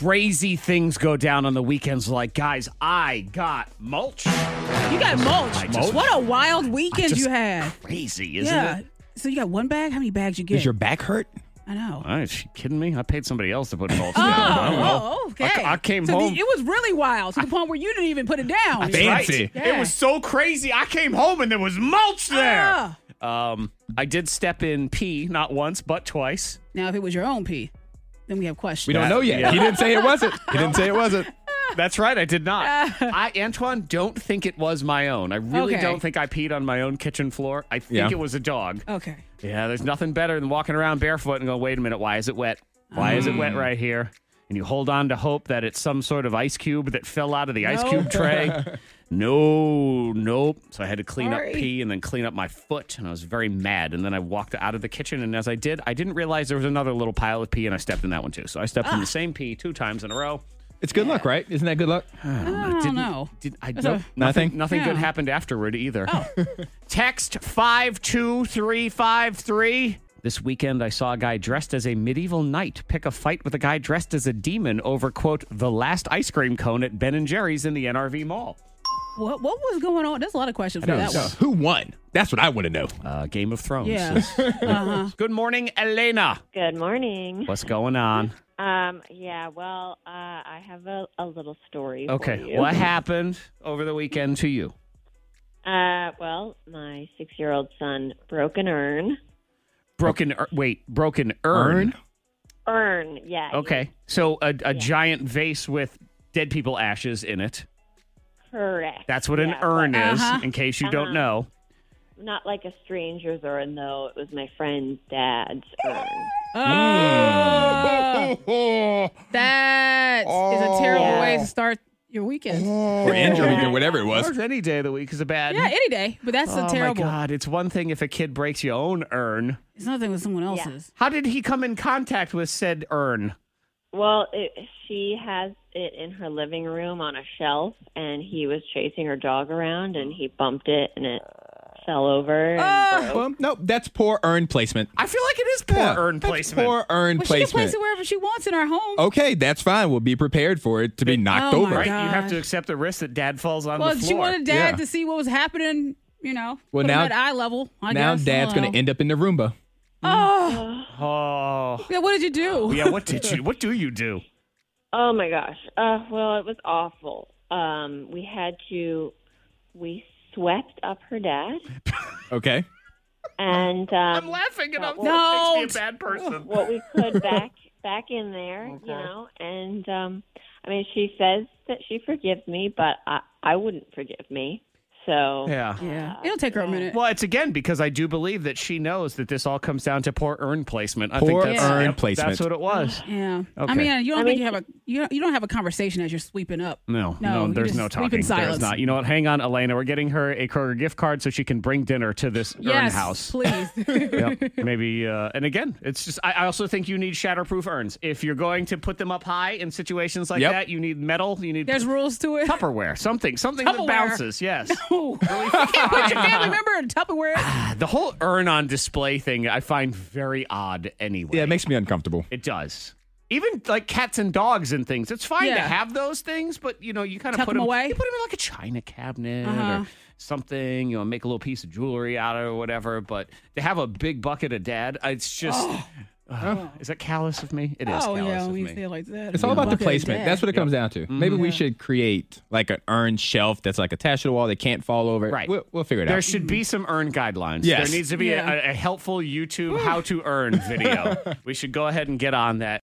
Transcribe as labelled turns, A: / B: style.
A: crazy things go down on the weekends. Like, guys, I got mulch.
B: You got mulch.
A: I
B: Just
A: mulch.
B: what a wild weekend
A: Just
B: you had.
A: Crazy, isn't
B: yeah.
A: it?
B: So you got one bag? How many bags you
C: Does
B: get?
C: your back hurt?
B: I know.
A: Are you kidding me? I paid somebody else to put mulch
B: Oh,
A: down. I don't know.
B: oh,
A: I-
B: okay.
A: I, came
B: so the-
A: home.
B: it was really wild to the point where you didn't even put it down. Ah.
A: That's
C: Fancy.
B: Yeah.
A: It was so crazy. I came home and there was mulch there.
B: Ah.
A: Um, I did step in pee not once but twice.
B: Now, if it was your own pee, then we have questions.
C: We don't know yet.
A: yeah.
C: He didn't say it wasn't. He didn't say it wasn't.
B: Ah.
A: That's right, I did not. I Antoine don't think it was my own. I really
B: Okay.
A: don't think I peed on my own kitchen floor. I think
C: Yeah.
A: it was a dog.
B: Okay.
A: Yeah, there's nothing better than walking around barefoot and going, wait a minute, why is it wet? Why is it
B: Mm.
A: wet right here? And you hold on to hope that it's some sort of ice cube that fell out of the ice
B: No.
A: cube tray. no, nope. So I had to clean
B: Sorry.
A: up pee and then clean up my foot, and I was very mad. And then I walked out of the kitchen, and as I did, I didn't realize there was another little pile of pee, and I stepped in that one too. So I stepped
B: Ah.
A: in the same pee two times in a row.
C: It's good luck, right? Isn't that good luck?
B: I don't know.
A: Did I
B: a-
A: don't,
C: Nothing?
A: nothing? Nothing good
B: Yeah. Oh.
A: happened afterward either. Text five two three five three. This weekend, I saw a guy dressed as a medieval knight pick a fight with a guy dressed as a demon over quote the last ice cream cone at Ben and Jerry's in the NRV Mall.
B: What what was going on? There's a lot of questions for
A: know,
B: that
A: so-
B: one.
C: Who won? That's what I want to know.
A: Uh, Game of Thrones.
B: Yeah.
A: Yes. Good morning, Elena.
D: Good morning.
A: What's going on?
D: Um, yeah, well, uh, I have a, a little story. for
A: Okay,
D: you.
A: what happened over the weekend to you?
D: Uh, well, my six-year-old son broke an urn.
A: Broken. Ur- wait, broken
C: Urn?
A: urn.
D: Urn, yeah.
A: Okay, so a, a giant vase with dead people ashes in it.
D: Correct.
A: That's what an
D: Yeah,
A: urn is,
B: Uh-huh.
A: in case you don't
D: Uh-huh.
A: know.
D: but Not like a stranger's urn, though. It was my friend's dad's urn.
A: mm.
B: Oh,
C: Oh.
B: that is
A: Oh,
B: a terrible way to start your weekend.
C: Or injury or whatever it was.
A: Or any day of the week is a bad.
B: Yeah, any day, but that's
A: oh
B: a terrible.
A: my God! It's one thing if a kid breaks your own urn.
B: It's nothing with someone else's.
A: How did he come in contact with said urn?
D: Well, it, she has it in her living room on a shelf, and he was chasing her dog around, and he bumped it, and it fell over.
A: Ah!
D: and broke.
C: Well, nope, that's poor urn placement.
A: I feel like it is poor
C: Yeah,
A: urn
C: that's
A: placement.
C: Poor urn
B: Well, she can
C: placement.
B: place it wherever she wants in our home.
C: okay, that's fine. We'll be prepared for it to be knocked
B: Oh my
C: over.
A: Right? You have
B: God.
A: to accept the risk that dad falls on
B: well,
A: the
B: she
A: floor.
B: wanted dad
C: Yeah.
B: to see what was happening. You know,
C: Well,
B: put him
C: now-
B: at eye level. I
C: Now
B: guess.
C: dad's going to end up in the Roomba.
B: Oh,
A: oh.
B: yeah. What did you do?
A: Yeah, what did you what do you do?
D: Oh my gosh. Uh, well, it was awful. Um, we had to, we swept up her dad,
C: Okay.
D: and
A: I'm
D: um,
A: laughing and I'm
B: No.
A: it makes me a bad person.
D: what we could back back in there, you know. And um, I mean, she says that she forgives me, but I I wouldn't forgive me. So
A: Yeah.
B: Yeah, it'll take her a minute.
A: Well, it's again because I do believe that she knows that this all comes down to poor urn placement. I
C: Poor
A: think that's,
C: urn
A: yep,
C: placement.
A: That's what it was.
B: Yeah. I
A: Okay.
B: mean, you don't
D: I
B: think
D: mean-
B: you have a you don't, you don't have a conversation as you're sweeping up.
A: No,
B: No,
A: no,
B: you
A: there's
B: just
A: no
B: sleep in
A: talking. There's
B: silence.
A: not. You know what? Hang on, Elena. We're getting her a Kroger gift card so she can bring dinner to this urn
B: Yes,
A: house.
B: please.
A: Yep. Maybe. Uh, and again, it's just. I, I also think you need shatterproof urns if you're going to put them up high in situations like
C: Yep.
A: that. You need metal. You need
B: There's rules to it.
A: Tupperware. Something. Something
B: Tupperware.
A: that bounces. Yes.
B: Ooh. you can't put your family member in Tupperware.
A: the whole urn on display thing I find very odd. Anyway.
C: Yeah, it makes me uncomfortable.
A: It does. Even like cats and dogs and things. It's fine to
B: Yeah.
A: have those things, but you know, you kind of
B: Tuck
A: put
B: 'em
A: them
B: away?
A: You put them in like a china cabinet
B: Uh-huh.
A: or something. You know, make a little piece of jewelry out of it or whatever. But to have a big bucket of dad, uh, it's just. Ugh. is that callous of me? It is
B: Oh
A: callous
B: yeah,
A: of
B: when you
A: me.
B: say it like that.
C: It's all about the
B: Bucket of
C: placement.
B: dad.
C: That's what it comes down to. Maybe we should create like an urn shelf that's like attached to the wall. They can't fall over.
A: Right.
C: We'll, we'll figure it
A: There
C: out.
A: should be some earn guidelines.
C: Yes.
A: There needs to be a-
B: Yeah.
A: a, a helpful YouTube how to earn video. we should go ahead and get on that.